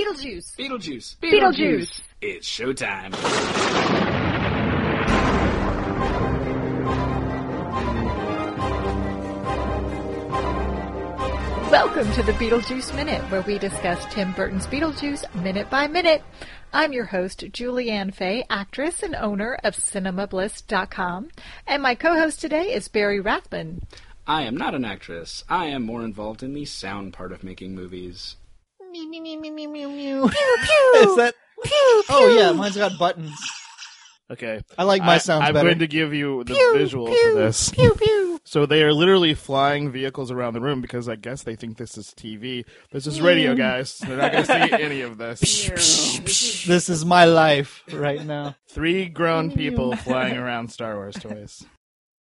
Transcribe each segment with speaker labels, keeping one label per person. Speaker 1: Beetlejuice.
Speaker 2: Beetlejuice.
Speaker 1: Beetlejuice.
Speaker 2: It's showtime.
Speaker 1: Welcome to the Beetlejuice Minute, where we discuss Tim Burton's Beetlejuice minute by minute. I'm your host, Julianne Fay, actress and owner of CinemaBliss.com. And my co-host today is Barry Rathman.
Speaker 2: I am not an actress. I am more involved in the sound part of making movies.
Speaker 3: Mew, mew, mew, mew, mew, mew, mew.
Speaker 4: Is that? Oh yeah, mine's got buttons.
Speaker 5: Okay.
Speaker 4: I like my
Speaker 5: I-
Speaker 4: sounds
Speaker 5: I'm
Speaker 4: better.
Speaker 5: going to give you the visual for this.
Speaker 4: Pew pew.
Speaker 5: So they are literally flying vehicles around the room because I guess they think this is TV. This is radio, guys. They're not going to see any of this.
Speaker 4: This is my life right now.
Speaker 5: Three grown people flying around Star Wars toys.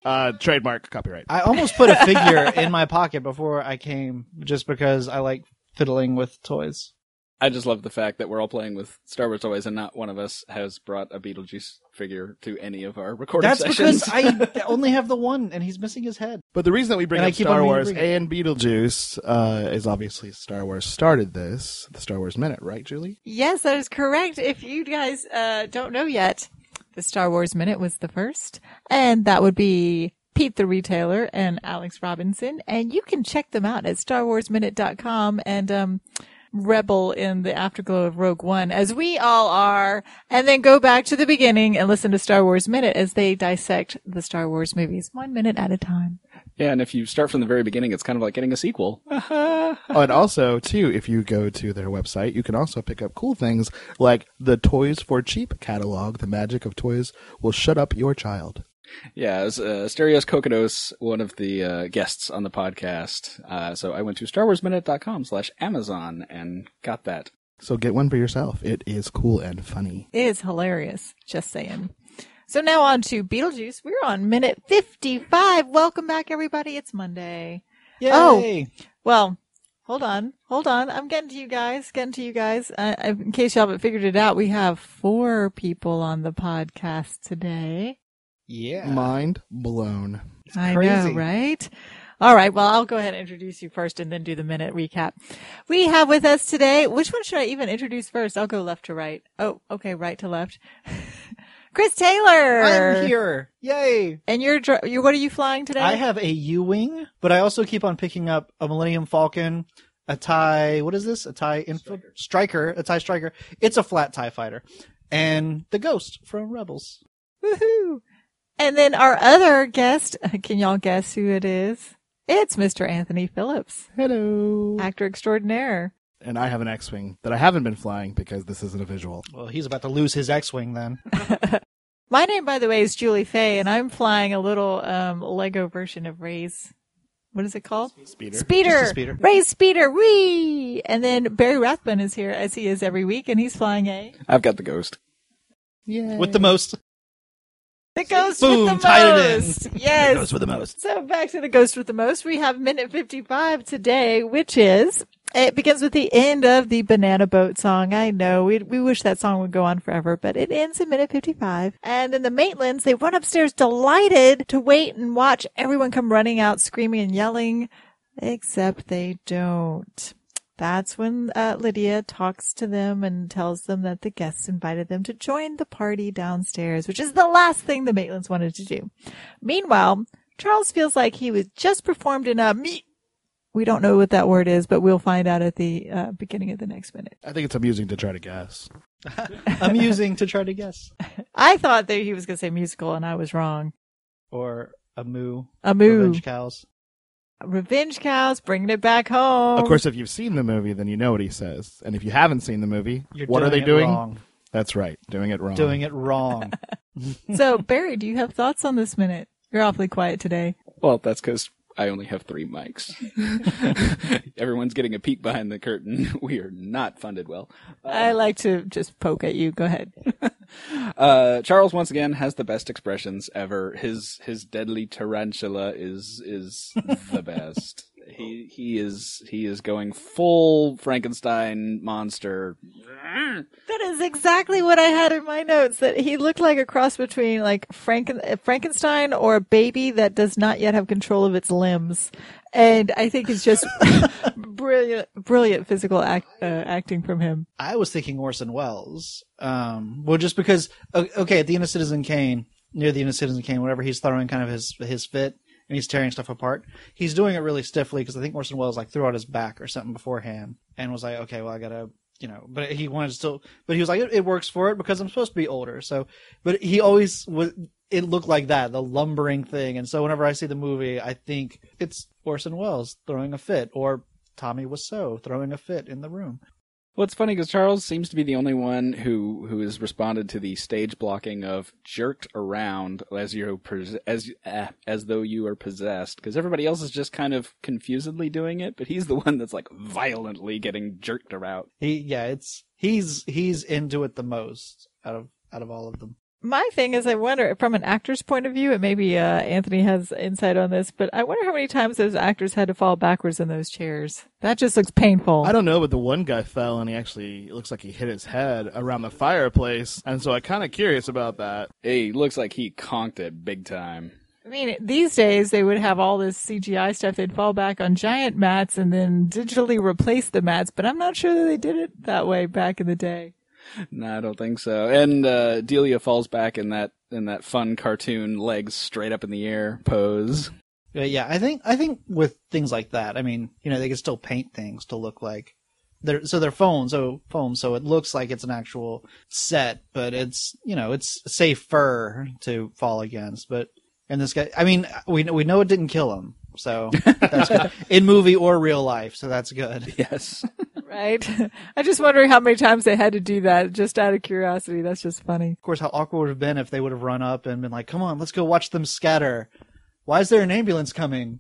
Speaker 5: Uh, trademark copyright.
Speaker 4: I almost put a figure in my pocket before I came, just because I like fiddling with toys.
Speaker 2: I just love the fact that we're all playing with Star Wars toys, and not one of us has brought a Beetlejuice figure to any of our recording
Speaker 4: That's
Speaker 2: sessions.
Speaker 4: because I only have the one, and he's missing his head.
Speaker 5: But the reason that we bring
Speaker 4: And I
Speaker 5: up
Speaker 4: keep
Speaker 5: Star
Speaker 4: on meaning to
Speaker 5: Wars
Speaker 4: bring it.
Speaker 5: and Beetlejuice uh, is obviously Star Wars started this, the Star Wars Minute, right, Julie?
Speaker 1: Yes, that is correct. If you guys uh, don't know yet, the Star Wars Minute was the first, and that would be Pete the Retailer and Alex Robinson. And you can check them out at starwarsminute.com and um, rebel in the afterglow of Rogue One, as we all are, and then go back to the beginning and listen to Star Wars Minute as they dissect the Star Wars movies one minute at a time.
Speaker 2: yeah, and if you start from the very beginning, it's kind of like getting a sequel.
Speaker 5: Oh, and also, too, if you go to their website, you can also pick up cool things like the Toys for Cheap catalog. The magic of toys will shut up your child.
Speaker 2: Yeah, it was, uh, Stereos Kokodos, one of the uh, guests on the podcast. Uh, so I went to starwarsminute.com slash Amazon and got that.
Speaker 5: So get one for yourself. It is cool and funny.
Speaker 1: It is hilarious. Just saying. So now on to Beetlejuice. We're on minute 55. Welcome back, everybody. It's Monday. Oh.
Speaker 4: Yay.
Speaker 1: Well, hold on. Hold on. I'm getting to you guys. Getting to you guys. Uh, in case you haven't figured it out, we have four people on the podcast today.
Speaker 4: yeah.
Speaker 5: Mind blown.
Speaker 1: I
Speaker 4: crazy.
Speaker 1: know, right? All right. Well, I'll go ahead and introduce you first and then do the minute recap. We have with us today, which one should I even introduce first? I'll go left to right. Oh, okay. Right to left. Chris Taylor.
Speaker 4: I'm here. Yay.
Speaker 1: And you're, dr- you're what are you flying today?
Speaker 4: I have a U wing, but I also keep on picking up a Millennium Falcon, a tie. What is this? A tie infra- striker. a tie striker. It's a flat tie fighter, and the Ghost from Rebels.
Speaker 1: Woohoo! And then our other guest, can y'all guess who it is? It's Mr. Anthony Phillips,
Speaker 5: Hello.
Speaker 1: actor extraordinaire.
Speaker 5: And I have an X-wing that I haven't been flying because this isn't a visual.
Speaker 4: Well, he's about to lose his X-wing then.
Speaker 1: My name, by the way, is Julie Fay, and I'm flying a little um, Lego version of Ray's. What is it called?
Speaker 5: Speeder.
Speaker 4: Just
Speaker 1: Speeder.
Speaker 4: a speeder.
Speaker 1: Ray's Speeder. Whee! And then Barry Rathbun is here, as he is every week, and he's flying a.
Speaker 2: I've got the ghost.
Speaker 5: Yeah.
Speaker 4: With the most.
Speaker 1: The ghost
Speaker 4: Boom,
Speaker 1: with the
Speaker 4: tied it in.
Speaker 1: most. Yes.
Speaker 4: with the most.
Speaker 1: So back to the ghost with the most. We have minute 55 today, which is it begins with the end of the banana boat song. I know we we wish that song would go on forever, but it ends in minute 55. And then the Maitlands, they run upstairs delighted to wait and watch everyone come running out screaming and yelling, except they don't. That's when uh, Lydia talks to them and tells them that the guests invited them to join the party downstairs, which is the last thing the Maitlands wanted to do. Meanwhile, Charles feels like he was just performed in a me. We don't know what that word is, but we'll find out at the uh, beginning of the next minute.
Speaker 5: I think it's amusing to try to guess.
Speaker 4: Amusing to try to guess.
Speaker 1: I thought that he was going to say musical, and I was wrong.
Speaker 4: Or a moo.
Speaker 1: A moo.
Speaker 4: Revenge
Speaker 1: Revenge,
Speaker 4: cows.
Speaker 1: cows, bringing it back home.
Speaker 5: Of course, if you've seen the movie, then you know what he says. And if you haven't seen the movie,
Speaker 4: You're
Speaker 5: what are they
Speaker 4: it
Speaker 5: doing?
Speaker 4: Wrong.
Speaker 5: That's right, doing it wrong.
Speaker 4: Doing it wrong.
Speaker 1: so, Barry, do you have thoughts on this minute? You're awfully quiet today.
Speaker 2: Well, that's because I only have three mics. Everyone's getting a peek behind the curtain. We are not funded well.
Speaker 1: I like to just poke at you. Go ahead.
Speaker 2: Uh, Charles once again has the best expressions ever. His his deadly tarantula is is the best. He he is he is going full Frankenstein monster.
Speaker 1: That is exactly what I had in my notes. That he looked like a cross between like Franken- uh, Frankenstein or a baby that does not yet have control of its limbs. And I think it's just brilliant, brilliant physical act, uh, acting from him.
Speaker 4: I was thinking Orson Welles. Um, well, just because, o- okay, at the end of Citizen Kane, near the end of Citizen Kane, whenever he's throwing kind of his his fit and he's tearing stuff apart, he's doing it really stiffly because I think Orson Welles like threw out his back or something beforehand and was like, okay, well, I gotta, you know, but he wanted to still, but he was like, it, it works for it because I'm supposed to be older. So, but he always was. It looked like that, the lumbering thing. And so whenever I see the movie, I think it's Orson Welles throwing a fit or Tommy Wiseau throwing a fit in the room.
Speaker 2: Well, it's funny because Charles seems to be the only one who who has responded to the stage blocking of jerked around as you pos- as eh, as though you are possessed because everybody else is just kind of confusedly doing it, but he's the one that's like violently getting jerked around.
Speaker 4: He yeah, it's he's he's into it the most out of out of all of them.
Speaker 1: My thing is, I wonder from an actor's point of view, and maybe uh, Anthony has insight on this, but I wonder how many times those actors had to fall backwards in those chairs. That just looks painful.
Speaker 5: I don't know, but the one guy fell and he actually it looks like he hit his head around the fireplace, and so I'm kind of curious about that.
Speaker 2: Hey, looks like he conked it big time.
Speaker 1: I mean, these days they would have all this CGI stuff. They'd fall back on giant mats and then digitally replace the mats, but I'm not sure that they did it that way back in the day.
Speaker 2: No, I don't think so. And uh, Delia falls back in that in that fun cartoon legs straight up in the air pose.
Speaker 4: But yeah, I think I think with things like that, I mean, you know, they can still paint things to look like they're so they're foam, so foam, so it looks like it's an actual set, but it's you know, it's safer to fall against. But and this guy, I mean, we we know it didn't kill him, so that's good. in movie or real life, so that's good.
Speaker 2: Yes.
Speaker 1: Right? I just wonder how many times they had to do that just out of curiosity. That's just funny.
Speaker 4: Of course, how awkward it would have been if they would have run up and been like, "Come on, let's go watch them scatter." Why is there an ambulance coming?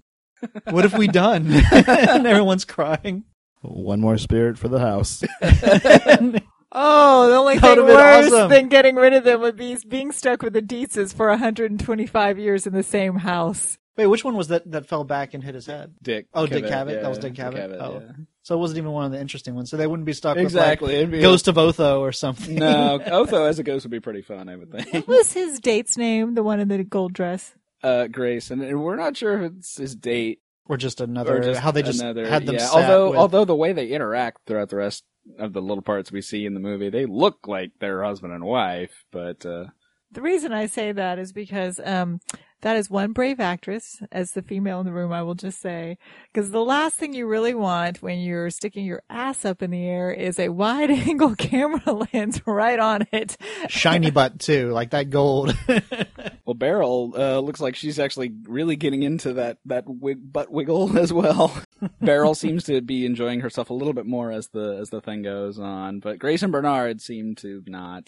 Speaker 4: What have we done? and everyone's crying.
Speaker 5: One more spirit for the house.
Speaker 1: Oh, the only
Speaker 4: That
Speaker 1: thing
Speaker 4: would've been
Speaker 1: worse
Speaker 4: awesome.
Speaker 1: than getting rid of them would be being stuck with the Dietzes for 125 years in the same house.
Speaker 4: Wait, which one was that that fell back and hit his head?
Speaker 2: Dick.
Speaker 4: Oh, Dick Cavett.
Speaker 2: yeah,
Speaker 4: that was Dick Cavett. oh,
Speaker 2: yeah.
Speaker 4: so it wasn't even one of the interesting ones. So they wouldn't be stuck
Speaker 2: Exactly. it'd
Speaker 4: with
Speaker 2: be-
Speaker 4: like, Ghost of Otho or something.
Speaker 2: No, Otho as a ghost would be pretty fun, I would think.
Speaker 1: What was his date's name? The one in the gold dress?
Speaker 2: Uh, Grace, and, and we're not sure if it's his date
Speaker 4: or just another.
Speaker 2: or just
Speaker 4: how they just
Speaker 2: another.
Speaker 4: had them.
Speaker 2: yeah,
Speaker 4: sat
Speaker 2: although,
Speaker 4: with-
Speaker 2: although the way they interact throughout the rest of the little parts we see in the movie, they look like they're husband and wife, but uh,
Speaker 1: The reason I say that is because um, that is one brave actress, as the female in the room, I will just say. Because the last thing you really want when you're sticking your ass up in the air is a wide angle camera lens right on it.
Speaker 4: shiny butt too, like that gold.
Speaker 2: well, Beryl uh, looks like she's actually really getting into that that wig, butt wiggle as well. Beryl seems to be enjoying herself a little bit more as the as the thing goes on, but Grace and Bernard seem to not.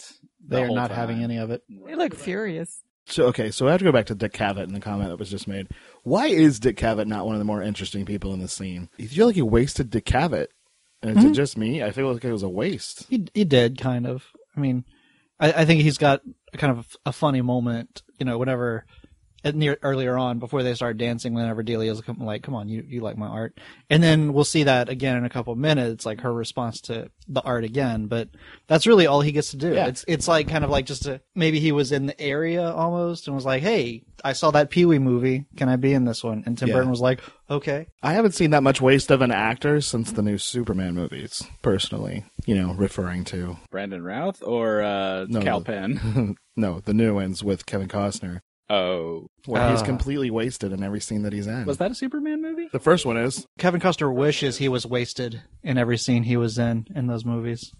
Speaker 2: the
Speaker 4: they are
Speaker 2: whole
Speaker 4: not
Speaker 2: time.
Speaker 4: having any of it.
Speaker 1: They look furious.
Speaker 5: so okay, so I have to go back to Dick Cavett in the comment that was just made. Why is Dick Cavett not one of the more interesting people in the scene? You feel like you wasted Dick Cavett, and is it just me? I feel like it was a waste.
Speaker 4: He he did kind of. I mean, I, I think he's got a kind of a funny moment. You know, whenever at near earlier on before they start dancing, whenever Delia's come- like, "Come on, you you like my art," and then we'll see that again in a couple of minutes, like her response to the art again. But that's really all he gets to do.
Speaker 5: Yeah.
Speaker 4: It's it's like kind of like just a, maybe he was in the area almost and was like, "Hey, I saw that Pee Wee movie. Can I be in this one?" And Tim
Speaker 5: Yeah.
Speaker 4: Burton was like, "Okay."
Speaker 5: I haven't seen that much waste of an actor since the new Superman movies, personally. You know, referring to
Speaker 2: Brandon Routh or uh,
Speaker 5: No,
Speaker 2: Cal
Speaker 5: no.
Speaker 2: Penn.
Speaker 5: no, the new ones with Kevin Costner,
Speaker 2: Oh,
Speaker 5: where he's
Speaker 4: Ah.
Speaker 5: completely wasted in every scene that he's in.
Speaker 2: was that a Superman movie?
Speaker 5: the first one is
Speaker 4: Kevin Costner wishes he was wasted in every scene he was in in those movies.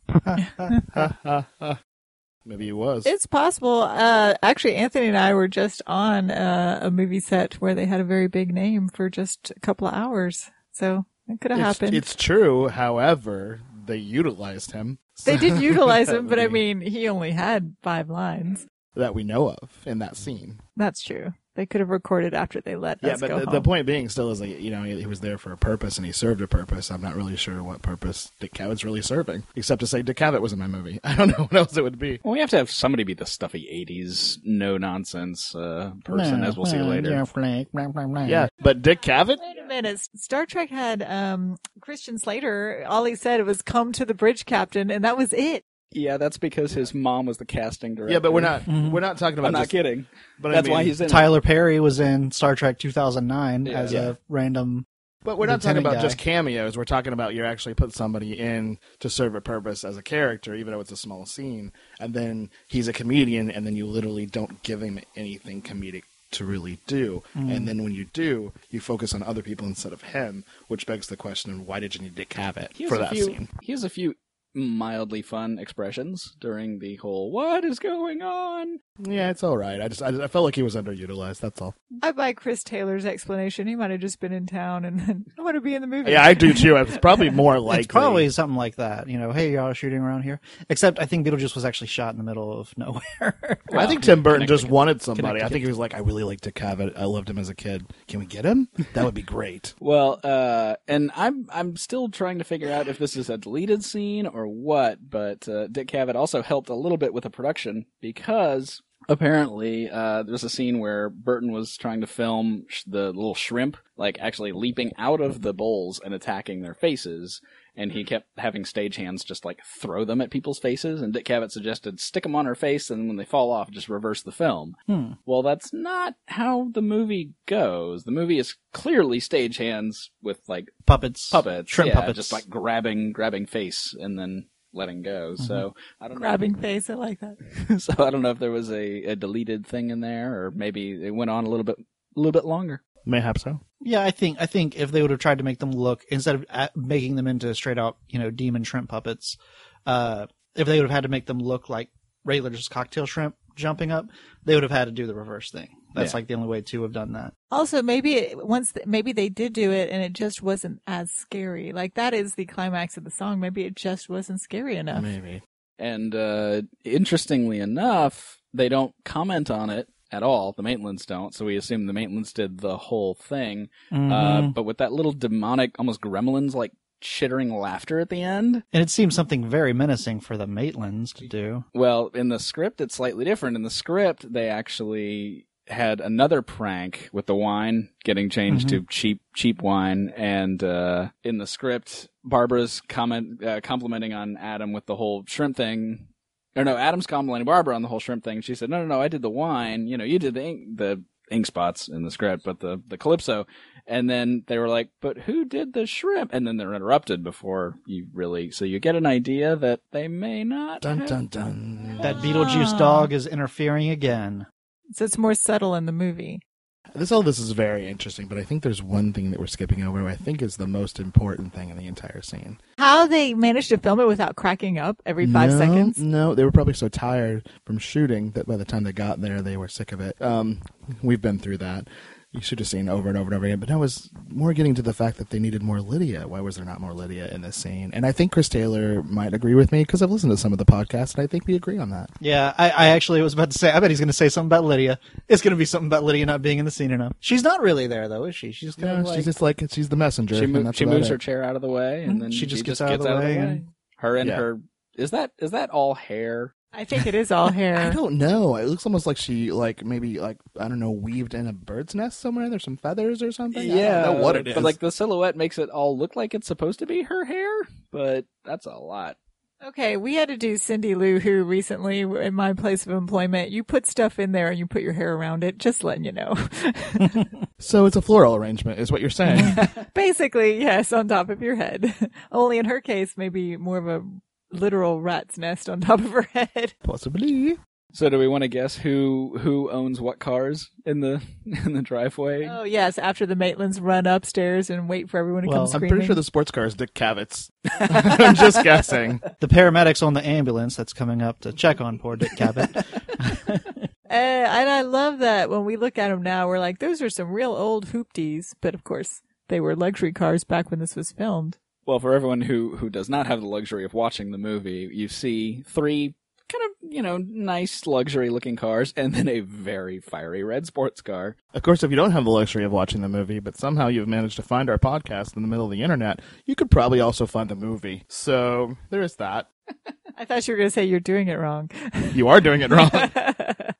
Speaker 5: maybe he was.
Speaker 1: It's possible. Uh, actually, Anthony and I were just on uh, a movie set where they had a very big name for just a couple of hours. So it could have
Speaker 5: It's-
Speaker 1: happened.
Speaker 5: It's true. However, they utilized him.
Speaker 1: they did utilize him, but I
Speaker 5: Movie.
Speaker 1: mean, he only had five lines.
Speaker 5: that we know of in that scene.
Speaker 1: That's true. They could have recorded after they let
Speaker 5: Yeah,
Speaker 1: us
Speaker 5: but
Speaker 1: go
Speaker 5: the,
Speaker 1: home.
Speaker 5: the point being still is like you know he, he was there for a purpose and he served a purpose. I'm not really sure what purpose Dick Cavett really serving, except to say Dick Cavett was in my movie. I don't know what else it would be.
Speaker 2: Well, we have to have somebody be the stuffy '80s, no nonsense uh, person, as we'll see later.
Speaker 5: Yeah, but Dick Cavett.
Speaker 1: Wait a minute. Star Trek had um, Christian Slater. All he said was "Come to the bridge, Captain," and that was it.
Speaker 2: Yeah, that's because his mom was the casting director.
Speaker 5: Yeah, but we're not we're not talking
Speaker 2: Mm-hmm.
Speaker 5: about.
Speaker 2: I'm not
Speaker 5: just-
Speaker 2: kidding.
Speaker 5: But I
Speaker 2: that's why
Speaker 5: mean-
Speaker 2: he's in. it.
Speaker 4: Tyler Perry was in Star Trek 2009
Speaker 2: Yeah.
Speaker 4: as
Speaker 5: Yeah.
Speaker 4: a random.
Speaker 5: But we're not talking
Speaker 4: Lieutenant
Speaker 5: about
Speaker 4: guy.
Speaker 5: just cameos. We're talking about you actually put somebody in to serve a purpose as a character, even though it's a small scene. And then he's a comedian, and then you literally don't give him anything comedic to really do. And then when you do, you focus on other people instead of him, which begs the question: Why did you need Dick Cavett
Speaker 2: He has
Speaker 5: for
Speaker 2: a
Speaker 5: that
Speaker 2: few,
Speaker 5: scene?
Speaker 2: He has a few mildly fun expressions during the whole "What is going on?"
Speaker 5: Yeah, it's all right. I just I, I felt like he was underutilized. That's all.
Speaker 1: I buy Chris Taylor's explanation. He might have just been in town and then I want to be in the movie.
Speaker 5: Yeah, I do too. It's probably more likely.
Speaker 4: It's probably something like that. You know, hey, y'all shooting around here. Except I think Beetlejuice was actually shot in the middle of nowhere.
Speaker 5: I think Tim Burton just
Speaker 2: Connecticut.
Speaker 5: wanted somebody. I think he was like, I really like Dick Cavett. I loved him as a kid. Can we get him? That would be great.
Speaker 2: Well, uh, and I'm I'm still trying to figure out if this is a deleted scene or what. But uh, Dick Cavett also helped a little bit with the production because apparently uh, there was a scene where Burton was trying to film sh- the little shrimp like actually leaping out of the bowls and attacking their faces. And he kept having stagehands just like throw them at people's faces. And Dick Cavett suggested stick them on her face, and when they fall off, just reverse the film. Well, that's not how the movie goes. The movie is clearly stagehands with like
Speaker 4: puppets,
Speaker 2: puppets,
Speaker 4: shrimp
Speaker 2: yeah,
Speaker 4: puppets,
Speaker 2: just like grabbing, grabbing face and then letting go. So I don't
Speaker 1: grabbing face. I like that.
Speaker 2: know. So I don't know if there was a, a deleted thing in there, or maybe it went on a little bit, a little bit longer.
Speaker 5: Mayhap so.
Speaker 4: Yeah, I think I think if they would have tried to make them look instead of a- making them into straight out, you know, demon shrimp puppets, uh, if they would have had to make them look like regular just cocktail shrimp jumping up, they would have had to do the reverse thing. That's
Speaker 2: Yeah.
Speaker 4: like the only way to have done that.
Speaker 1: Also, maybe it, once th- maybe they did do it and it just wasn't as scary. Like that is the climax of the song. Maybe it just wasn't scary enough.
Speaker 5: Maybe.
Speaker 2: And uh, interestingly enough, they don't comment on it at all. The Maitlands don't, so we assume the Maitlands did the whole thing.
Speaker 4: Mm-hmm.
Speaker 2: Uh, but with that little demonic, almost gremlins like chittering laughter at the end.
Speaker 4: and it seems something very menacing for the Maitlands to do.
Speaker 2: Well, in the script, it's slightly different. In the script, they actually had another prank with the wine getting changed to cheap cheap wine and uh in the script barbara's comment uh, complimenting on adam with the whole shrimp thing or no adam's complimenting barbara on the whole shrimp thing she said no no no i did the wine you know you did the ink the ink spots in the script but the the calypso and then they were like but who did the shrimp and then they're interrupted before you really so you get an idea that they may not
Speaker 5: Dun
Speaker 2: have-
Speaker 5: dun dun.
Speaker 4: That Beetlejuice dog is interfering again.
Speaker 1: So it's more subtle in the movie.
Speaker 5: This all this is very interesting, but I think there's one thing that we're skipping over. who I think is the most important thing in the entire scene.
Speaker 1: How they managed to film it without cracking up every five
Speaker 5: No,
Speaker 1: seconds.
Speaker 5: No, they were probably so tired from shooting that by the time they got there, they were sick of it. Um, we've been through that. You should have seen over and over and over again. But I was more getting to the fact that they needed more Lydia. Why was there not more Lydia in this scene? And I think Chris Taylor might agree with me because I've listened to some of the podcasts, and I think we agree on that.
Speaker 4: Yeah, I, I actually was about to say. I bet he's going to say something about Lydia. It's going to be something about Lydia not being in the scene enough. She's not really there though, is she? She's kind of
Speaker 5: No,
Speaker 4: like
Speaker 5: she's just like she's the messenger.
Speaker 2: She,
Speaker 5: and
Speaker 2: mo-
Speaker 5: that's
Speaker 2: she
Speaker 5: about
Speaker 2: moves
Speaker 5: it.
Speaker 2: her chair out of the way, and then
Speaker 4: Mm-hmm. She just gets out of the way and-
Speaker 2: Her and
Speaker 5: Yeah.
Speaker 2: her is that is that all hair?
Speaker 1: I think it is all
Speaker 5: I
Speaker 1: hair.
Speaker 5: don't know. It looks almost like she like maybe like I don't know weaved in a bird's nest somewhere. There's some feathers or something. I don't know what it is.
Speaker 2: But like the silhouette makes it all look like it's supposed to be her hair, but that's a lot.
Speaker 1: Okay, we had to do Cindy Lou Who recently in my place of employment. You put stuff in there and you put your hair around it. Just letting you know.
Speaker 5: so it's a floral arrangement, is what you're saying.
Speaker 1: Basically, yes, on top of your head. Only in her case, maybe more of a literal rat's nest on top of her head.
Speaker 5: Possibly.
Speaker 2: So do we want to guess who who owns what cars in the in the driveway?
Speaker 4: Uh,
Speaker 1: Oh yes, after the Maitlands run upstairs and wait for everyone to
Speaker 4: Well,
Speaker 1: come
Speaker 4: I'm
Speaker 5: I'm
Speaker 1: screaming.
Speaker 5: pretty sure the sports car is Dick Cavitz. I'm just guessing.
Speaker 4: the paramedics on the ambulance that's coming up to check on poor Dick Cabot.
Speaker 1: Uh, and I love that when we look at them now, we're like, those are some real old hoopties. But of course, they were luxury cars back when this was filmed.
Speaker 2: Well, for everyone who who does not have the luxury of watching the movie, you see three kind of you know nice luxury looking cars, and then a very fiery red sports car.
Speaker 5: Of course, if you don't have the luxury of watching the movie, but somehow you've managed to find our podcast in the middle of the internet, you could probably also find the movie. So there is that.
Speaker 1: I thought you were going to say you're doing it wrong.
Speaker 5: You are doing it wrong.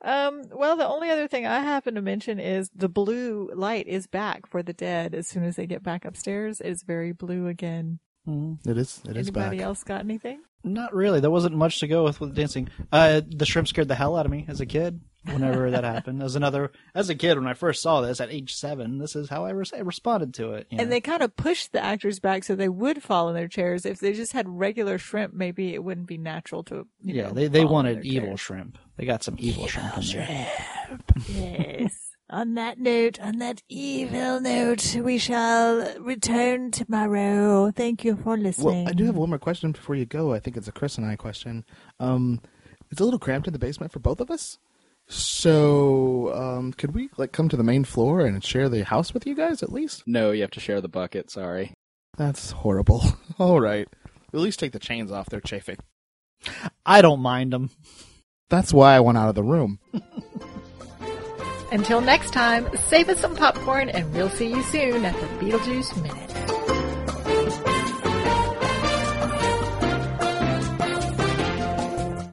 Speaker 1: um, well, the only other thing I happen to mention is the blue light is back for the dead. As soon as they get back upstairs, it's very blue again.
Speaker 4: Hmm.
Speaker 5: it is. It is
Speaker 1: Anybody
Speaker 5: back.
Speaker 1: else got anything?
Speaker 4: Not really. There wasn't much to go with with dancing. Uh, the shrimp scared the hell out of me as a kid. Whenever that happened, as another as a kid when I first saw this at age seven, this is how I, res- I responded to it. you know.
Speaker 1: And they kind of pushed the actors back so they would fall in their chairs. If they just had regular shrimp, maybe it wouldn't be natural to. You
Speaker 4: yeah,
Speaker 1: know,
Speaker 4: they they
Speaker 1: fall in
Speaker 4: wanted
Speaker 1: their
Speaker 4: evil
Speaker 1: chairs.
Speaker 4: shrimp. They got some evil shrimp. in there.
Speaker 1: Yes. on that note, on that evil note, we shall return tomorrow. Thank you for listening.
Speaker 5: Well, I do have one more question before you go. I think it's a Chris and I question. Um, it's a little cramped in the basement for both of us. So um, could we like come to the main floor and share the house with you guys at least?
Speaker 2: No, you have to share the bucket. Sorry.
Speaker 5: That's horrible. All right. At least take the chains off. They're chafing.
Speaker 4: I don't mind them.
Speaker 5: That's why I went out of the room.
Speaker 1: Until next time, save us some popcorn and we'll see you soon at the Beetlejuice Minute.